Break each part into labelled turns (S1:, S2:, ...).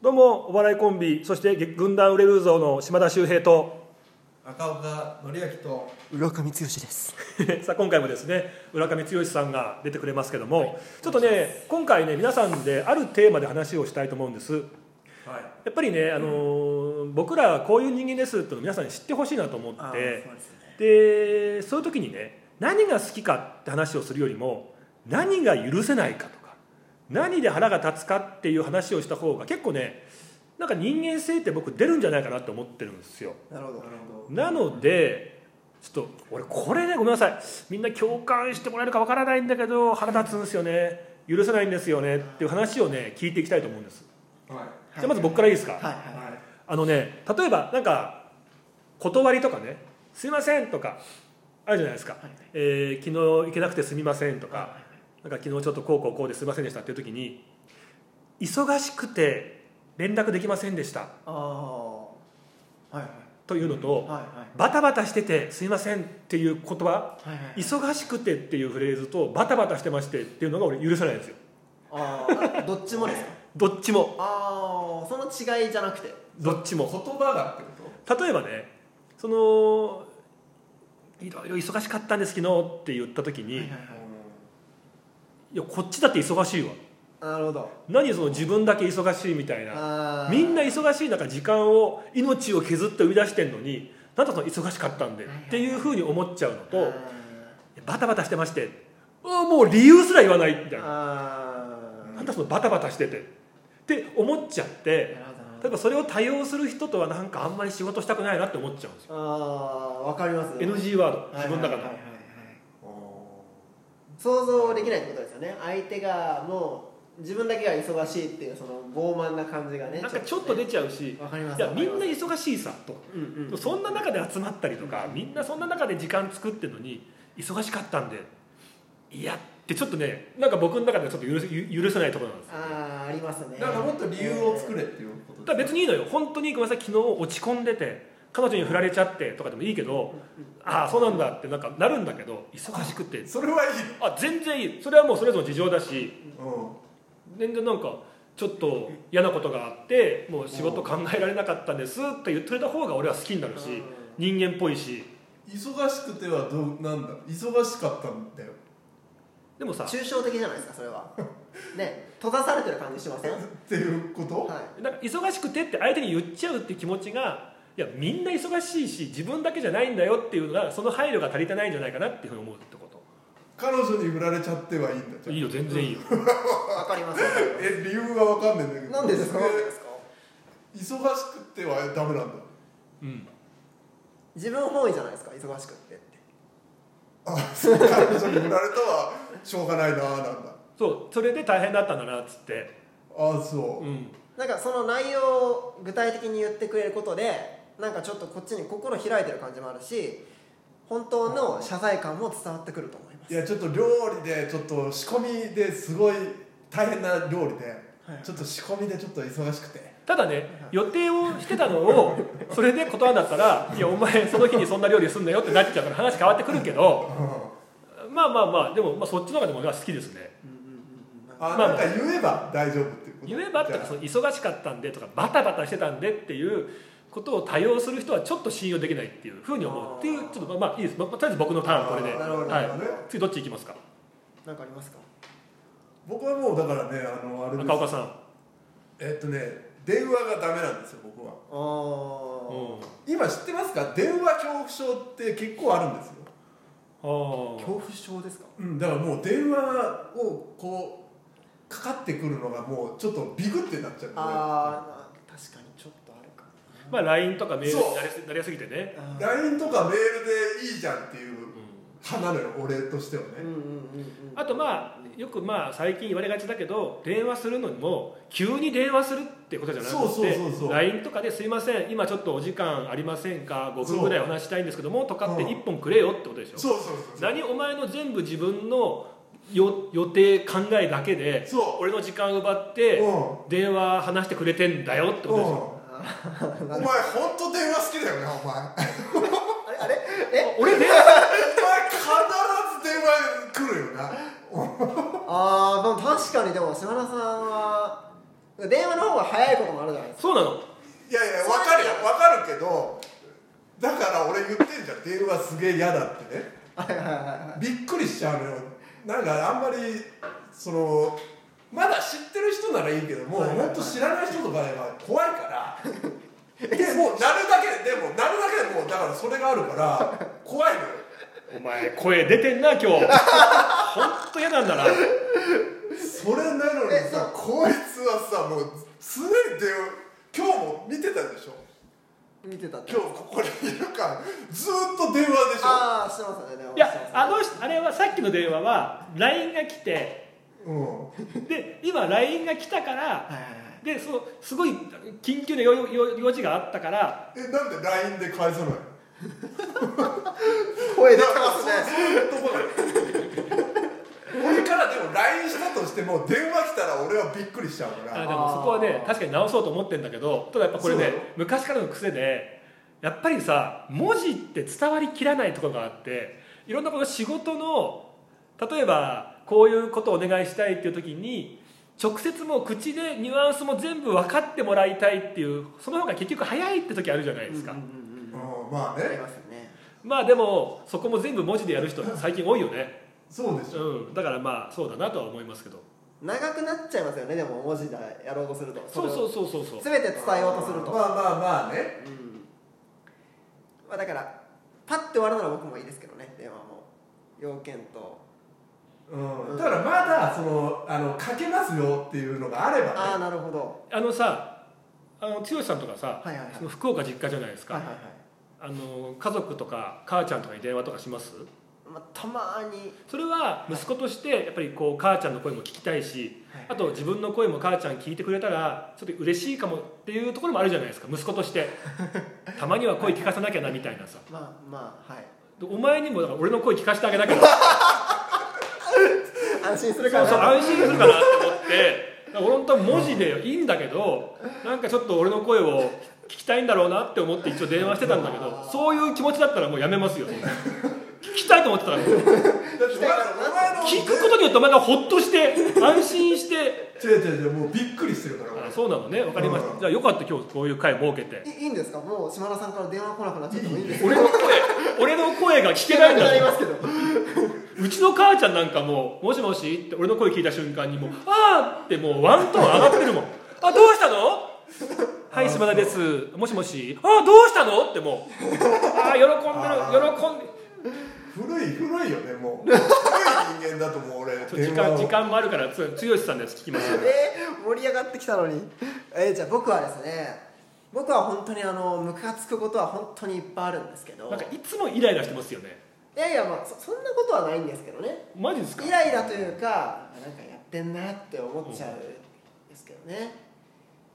S1: どうもお笑いコンビそして軍団売れるぞの島田秀平と
S2: 赤岡典明と
S3: 浦上剛です
S1: さあ今回もですね浦上剛さんが出てくれますけども、ちょっとね今回ね皆さんであるテーマで話をしたいと思うんです
S2: はい
S1: やっぱりね、あのー僕らはこういう人間ですっていうのを皆さんに知ってほしいなと思ってでそういう時にね何が好きかって話をするよりも何が許せないかとか何で腹が立つかっていう話をした方が結構ねなんか人間性って僕出るんじゃないかなと思ってるんですよ
S3: なるほ
S2: なる
S1: なのでちょっと俺これねごめんなさいみんな共感してもらえるかわからないんだけど腹立つんですよね許せないんですよねっていう話をね聞いていきたいと思うんです
S2: ほどはい
S1: じゃあまず僕からいいですか、
S3: はいはい
S2: はい
S1: あのね例えばなんか断りとかね「すいません」とかあるじゃないですか、
S3: い
S1: えー昨日行けなくてすみません」とか、なんか昨日ちょっとこうこうこうですいませんでしたっていう時に「忙しくて連絡できませんでした
S3: ああはいはい」
S1: というの
S3: はい
S1: と
S3: はい
S1: 「バタバタしててすいません」っていう言葉
S3: はいは
S1: 「
S3: い
S1: 忙しくて」っていうフレーズと「バタバタしてまして」っていうのが俺許せないんですよ
S3: ああどっちもですか
S1: どっちも
S3: ああその違いじゃなくて
S1: どっちも
S2: 言葉がってこ
S1: 例えばねそのいろいろ忙しかったんです昨日って言った時に、
S3: はい
S1: い
S3: はい
S2: と
S1: やこっちだって忙しいわ
S3: なるほど
S1: 何その自分だけ忙しいみたいな
S3: あー
S1: みんな忙しい中時間を命を削って生み出してんのになんだその忙しかったんでっ
S3: はいはい
S1: ていうふうに思っちゃうの
S3: あ
S1: とバタバタしてましてうんもう理由すら言わないみたい
S3: ー
S1: な
S3: あ
S1: なんだそのバタバタしててって思っちゃっ
S3: ー
S1: て
S3: なるほどなるほ
S1: 例え
S3: ど
S1: ばそれを多用する人とはなんかあんまり仕事したくないなって思っちゃうんですよ
S3: あーわかります
S1: NG ワード自分の中
S3: はい
S1: の
S3: はいはいはい想像できないってことですよね相手がもう自分だけが忙しいっていうその傲慢な感じがね
S1: なんかちょっと出ちゃうし
S3: ねわかりま
S1: い
S3: す
S1: や
S3: わか
S1: み
S3: り
S1: ん
S3: ます
S1: な忙しいさと、
S3: うんうん
S1: そんな中で集まったりとか、みんなそんな中で時間作ってるのに忙しかったんでいやってちょっとねなんか僕の中ではちょっと許せ許許せないところなんですよ
S3: ああありますね
S2: だからもっと理由を作れっていうこと
S1: だから別にいいのよ本当にごめんなさい昨日落ち込んでて彼女に振られちゃってとかでもいいけど、ああそうなんだってなんかなるんだけど忙しくて
S2: それはいい
S1: あ全然いいそれはもうそれぞれの事情だし
S2: う
S1: 全然なんかちょっと嫌なことがあってもう仕事考えられなかったんですって言ってくれた方が俺は好きになるし、人間っぽいし
S2: ん忙しくてはどうなんだ忙しかったんだよ
S1: でもさ
S3: 抽象的じゃないですかそれ はね閉ざされてる感じしてませんはい
S2: っていうこと
S1: なんか忙しくてって相手に言っちゃうって気持ちがいやみんな忙しいし自分だけじゃないんだよっていうのがその配慮が足りてないんじゃないかなっていうふうに思うってこ
S2: 彼女に振られちゃってはいいんだ
S1: と
S2: じゃ
S1: いいよ全然いいよ
S3: わかりますわかり
S2: あえ理由がわかんないんだけ
S3: ます
S2: ど
S3: なんでですかなんでですか
S2: 忙しくてはダメなんだ
S1: うん
S3: 自分本位じゃないですか忙しくってって
S2: あそう彼女に振られたはしょうがないなーなんだ
S1: そうそれで大変だったんだなっつって
S2: あそううん
S3: なんかその内容を具体的に言ってくれることでなんかちょっとこっちに心開いてる感じもあるし本当の謝罪感も伝わってくると思います
S2: いやちょっと料理でちょっと仕込みですごい大変な料理で
S3: はい
S2: ちょっと仕込みでちょっと忙しくて
S1: ただね予定をしてたのをそれで断るんだったら「いやお前その日にそんな料理すんなよ」ってなっちゃうから話変わってくるけどまあまあまあでもまあそっちの方がでも俺は好きですね
S3: うんうんうんうん
S2: あ
S1: まあ
S2: なんか言えば大丈夫っていうこと
S1: 言えばって
S2: じゃ
S1: かその忙しかったんでとかバタバタしてたんでっていうことを多用する人はちょっと信用できないっていうふうに思うっていう
S3: あー
S1: ちょっとまあまあいいです、まあ、とりあえず僕のターンこれで
S2: あー
S3: なるほど
S1: はい
S2: なるほどね、
S1: 次どっち行きますか
S3: なんかありますか
S2: 僕はもうだからねあのあれです
S1: 赤岡さん、
S2: えっとね電話がダメなんですよ僕は
S1: あ
S3: あー
S2: 今知ってますか電話恐怖症って結構あるんですよ、
S1: あー
S3: 恐怖症ですか
S2: うん、だからもう電話をこうかかってくるのがもうちょっとビクってなっちゃうんで
S3: あーまあ確かにちょっとあるか
S1: まあ LINE とかメール
S2: そう
S1: になりすなりやすぎてね、
S3: なあー
S2: LINE とかメールでいいじゃんっていう
S1: うん
S2: 派なのよ俺としてはね、
S3: うんうんうんうん
S1: あとまあよくまあ最近言われがちだけど電話するのにも急に電話するってことじゃなくて
S2: そうそうそうそう
S1: LINE とかで「すいません今ちょっとお時間ありませんか5分ぐらいお話したいんですけども」とかって
S2: うん
S1: 1本くれよってことでしょ
S2: そうそうそう
S1: 何お前の全部自分のよ予定考えだけで
S2: そ
S1: 俺の時間奪っ
S2: う、う
S1: て
S2: ん
S1: 電話話してくれてんだよってことでしょ
S2: うん、お前本当電話好きだよねお前お前
S3: あれあれえ
S1: 俺電話
S2: 必ず電話来るよな
S3: ああでも確かにでも島田さんは電話の方が早いこともあるじゃないです
S1: そうなの
S2: いやいや分かるよ分かるけどだから俺言ってんじゃん電話すげえ嫌だってね
S3: かはいはいはいはい
S2: びっくりしちゃうのよなんかあんまりそのまだ知ってる人ならいいけども、
S3: はいはいはい
S2: 本当知らない人とかは怖い からでもうなるだけででもなるだけでもうだからそれがあるから怖いのよ
S1: お前声出てん な今日ほんと嫌なんだな
S2: それなのに
S3: え
S2: さこいつはさもう常に電話今日も見てたでしょ
S3: 見てたって
S2: 今日ここにいるからずーっと電話でしょ
S3: ああしてますね電話
S1: い
S3: して
S1: や
S3: ますね
S1: あの人あれはさっきの電話は LINE が来て
S2: うん
S1: で今 LINE が来たから
S3: はいはいはい
S1: でそうすごい緊急の用用用事があったから
S2: えなんで LINE で返さないの
S3: 声出てますね
S2: そういうとこだよ俺からでも LINE したとしても電話来たら俺はびっくりしちゃうか
S1: あで
S2: ら
S1: もそこはね確かに直そうと思ってんだけどただやっぱこれ
S2: そう
S1: ね
S2: よ
S1: 昔からの癖でやっぱりさ文字って伝わりきらないところがあっていろんなこの仕事の例えばこういうことをお願いしたいっていう時に直接もう口でニュアンスも全部分かってもらいたいっていうその方が結局早いって時あるじゃないですか、
S3: うんうんうんうん
S2: うんまあ
S3: あり
S2: ね
S3: ますよね
S1: まあでもそこも全部文字でやる人最近多いよね、
S2: そうでしょ
S1: うん、だからまあそうだなとは思いますけど
S3: 長くなっちゃいますよねでも文字でやろうとすると
S1: そう
S3: れ
S1: そ
S3: を
S1: うそうそうそう
S3: 全て伝えようとすると
S2: まあまあまあね
S3: うんまあだからパッて終わるなら僕もいいですけどね電話も要件と
S2: うんだからまだそのあのかけますよっていうのがあれば
S3: ああ
S2: ね
S3: なるほど
S1: あのさあの剛さんとかさ
S3: はいはいはい
S1: その福岡実家じゃないですか、
S3: はいはいはい
S1: あの家族とか母ちゃんとかに電話とかします
S3: まあたまーに
S1: それは息子としてやっぱりこう母ちゃんの声も聞きたいし
S3: はい
S1: あと自分の声も母ちゃん聞いてくれたらちょっと嬉しいかもっていうところもあるじゃないですか息子として たまには声聞かさなきゃなみたいなさ
S3: まあまあはい
S1: お前にもだから俺の声聞かせてあげなきゃな
S3: 安心す
S1: そう
S3: るから
S1: そう
S3: な
S1: 安心するかなと思ってだから本当は文字でいいんだけどなんかちょっと俺の声を聞きたいんだろうなって思って一応電話してたんだけどそういう気持ちだったらもうやめますよそんな聞きたいと思ってたらもう
S2: だってお前の
S1: 聞くことによってお前がほっとして安心して
S2: 違う違う違うもうびっくりしてるから俺
S1: あそうなのねわかりました、
S2: うん
S1: じゃあよかった今日こういう会設けて
S3: いいいんですかもう島田さんから電話来なくなっちゃってもいいんですか
S1: 俺の声俺の声 が聞けないん
S3: 聞
S1: だ
S3: けなくなり
S1: ぞ
S3: ますけど
S1: うちの母ちゃんなんかもう「もしもし?」って俺の声聞いた瞬間にもう「あー」ってもうワントーン上がってるもん「 あどうしたの?」「はい島田ですもしもし?」「あーどうしたの?」ってもう「ああ喜んでる喜んで
S2: 古い古いよね もう古い人間だともう俺
S1: ちょ時
S2: 電話
S1: 間
S2: を
S1: 時間もあるからつ剛さんのやつ聞きますよ
S3: えー、盛り上がってきたのに、えー、じゃあ僕はですね僕は本当にあのムカつくことは本当にいっぱいあるんですけど
S1: なんかいつもイライラしてますよね
S3: いやいやまあそそんなことはないんですけどね
S1: マジですか
S3: イライラというかなんかやってんなって思っちゃうんですけどね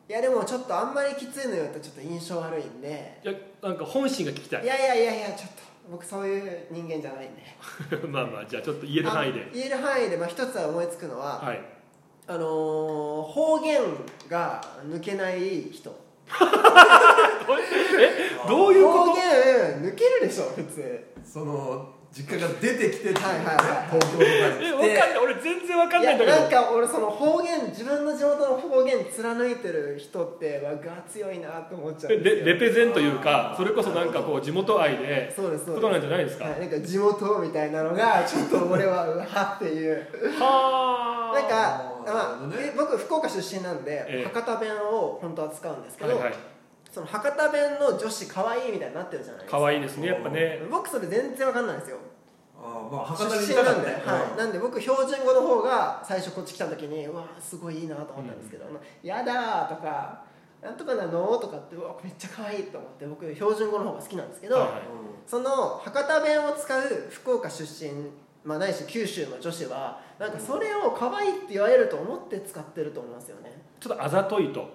S3: いやでもちょっとあんまりきついの言うとちょっと印象悪いんで
S1: いやなんか本心が聞きたい
S3: いやいやいやいやちょっと僕そういう人間じゃないんで
S1: まあまあじゃあちょっと言える範囲で
S3: あ言える範囲で、まあ、一つは思いつくのは、
S1: はい
S3: あのー方言が抜けない人
S1: えどういうこ
S3: 方言抜けるでしょ普通
S2: その実家が出てきてっていうね
S3: はいはいはい
S2: 東京とかに
S1: とえわかんない俺全然わかん
S3: い
S1: ない
S3: や
S1: んだけ
S3: な
S1: ど
S3: んか俺その方言自分の地元の方言貫いてる人ってわが強いなと思っちゃうんです
S1: レ
S3: よ
S1: レペゼンというかそれこそなんかこう地元愛で
S3: そうですそう
S1: こ
S3: です
S1: となんじゃないですか
S3: はい、なんか地元みたいなのがちょっと俺はうわっていう
S1: は
S3: なんか
S2: あーなる
S3: まあ
S2: ほどね
S3: え僕福岡出身なんで、
S1: ええ
S3: 博多弁を本当は使うんですけ
S1: はい
S3: ど、
S1: はい
S3: その博多弁の女子可愛いみたいになってるじゃないですか
S1: 可愛いですねやっぱね
S3: 僕それ全然わかんないんですよ
S2: ああまあ
S3: 出
S2: 博多にい
S3: 身
S2: たか
S3: な
S2: ら
S3: ん
S2: ね
S3: で、はい、なんで僕標準語の方が最初こっち来た時にうわーすごいいいなと思ったんですけど「あのやだ」とか「なんとかなの?」とかってうわめっちゃ可愛いと思って僕標準語の方が好きなんですけど、
S1: はいはい
S3: その博多弁を使う福岡出身まあないし九州の女子はなんかそれを可愛いって言われると思って使ってると思いますよね、
S1: ちょっとあざといと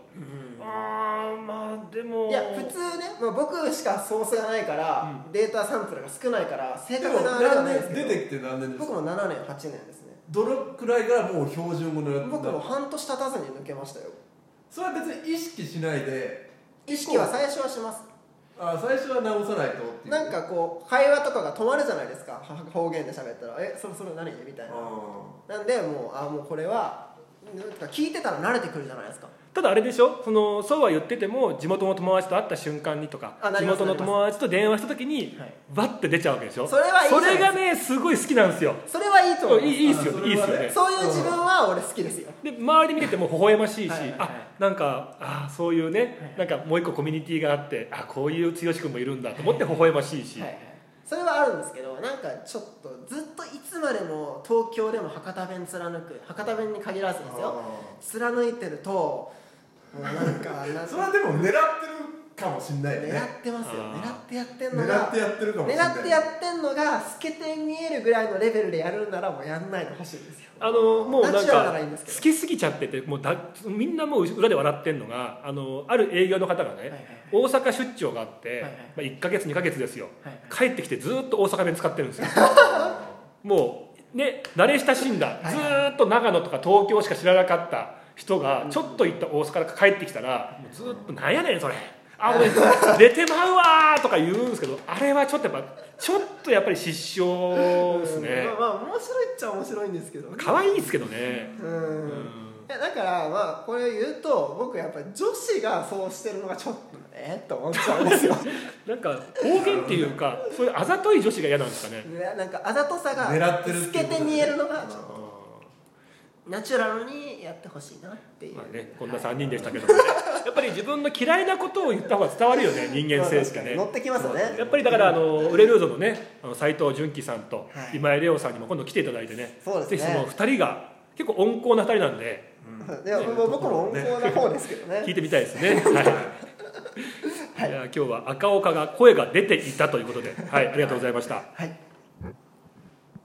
S1: あーまあでも
S3: いや普通ね、まあ、僕しかソースがないから、データサンプルが少ないから正
S2: で
S3: 確
S2: も
S3: なあれが
S2: 何
S3: ないです
S2: 年
S3: けど
S2: 出てきて何年です
S3: 僕
S2: か
S3: も7年8年ですね
S2: どのくらいがもう標準語のやつ
S3: 僕も半年経たずに抜けましたよ
S2: それは別に意識しないで
S3: 意識は最初はします
S2: あ最初は直さないとっていう
S3: なんかこう会話とかが止まるじゃないですかは方言で喋ったら「えそれそれ何?」みたいな
S2: あ
S3: なんでもうあもうこれはなんか聞いてたら慣れてくるじゃないですか
S1: ただあれでしょそのそうは言ってても地元の友達と会った瞬間にとか
S3: あな
S1: 地
S3: ります
S1: 元の友達と電話した時に
S3: はい
S1: バッて出ちゃうわけでしょ
S3: それはいいじゃない
S1: それがねすごい好きなんですよ
S3: それはいいと思い
S1: い
S3: ま
S1: い
S3: す
S1: いいっすよ
S2: あそ
S1: いい
S2: れ
S1: っ
S2: は
S1: す
S2: ね
S1: よね
S3: そういう自分は俺好きですよ
S1: で周り見てても微笑ましいし、
S3: はいはいはい
S1: あなんかあーそういうね、なんかもう一個コミュニティがあってあこういう剛君もいるんだと思って微笑ましいし、
S3: はいはい、それはあるんですけどなんかちょっとずっといつまでも東京でも博多弁貫く博多弁に限らずですよ貫いてるともうなんかなん
S2: それはでも狙ってるかもしんないよ
S3: 狙
S2: ね
S3: ってますよ
S1: あー
S3: 狙ってやってんの
S2: 狙っ
S3: が
S2: てやってるかもしんない
S3: 狙ってやってんのが透けて見えるぐらいのレベルでやるんならもうやんないでほしいですよ
S1: あのもうな
S3: ナ
S1: ん
S3: チュラル
S1: か
S3: ならいいんですけど
S1: 好きすぎちゃっててもうだみんなもう裏で笑ってんのがあのある営業の方がね、
S3: はいはい
S1: 大阪出張があって、
S3: はいはい
S1: まあ、1か月2か月ですよ
S3: はいはい
S1: 帰ってきてずっと大阪弁使ってるんですよもうね慣れ親しんだ
S3: はいはい
S1: ずーっと長野とか東京しか知らなかった人がちょっと行った大阪から帰ってきたらもうずーっと「なんやねんそれ」あ俺出てまうわーとか言うんですけどあれはちょっとやっぱちょっとやっぱり失笑ですね
S3: うんまあまあ面白いっちゃ面白いんですけどね
S1: 可愛いですけどね
S3: うん
S1: うん
S3: いやだからまあこれを言うと僕やっぱり女子がそうしてるのがちょっとねと思っちゃうんですよ
S1: なんか方言っていうかそういうあざとい女子が嫌なんですかね
S3: いやなんかあざとさが
S2: 狙ってるって
S3: 透
S2: こと
S3: け
S2: ね
S3: て見えるのがちょっとナチュラルにやってほしいなっていう、
S1: まあねこんな3人でしたけどもねやっぱり自分の嫌いなことを言った方が伝わるよね人間性ってね
S3: 乗ってきますよね
S1: やっぱりだからあの売れルードのねあの斉藤純喜さんと
S3: はい
S1: 今井レオさんにも今度来ていただいてね
S3: そうです
S1: ぜ
S3: ね
S1: ひその2人が結構温厚な2人なんで
S3: いやもう僕も温厚な方ですけどね
S1: 聞いてみたいです ねはいいや今日は赤岡が声が出ていたということではいありがとうございました
S3: はい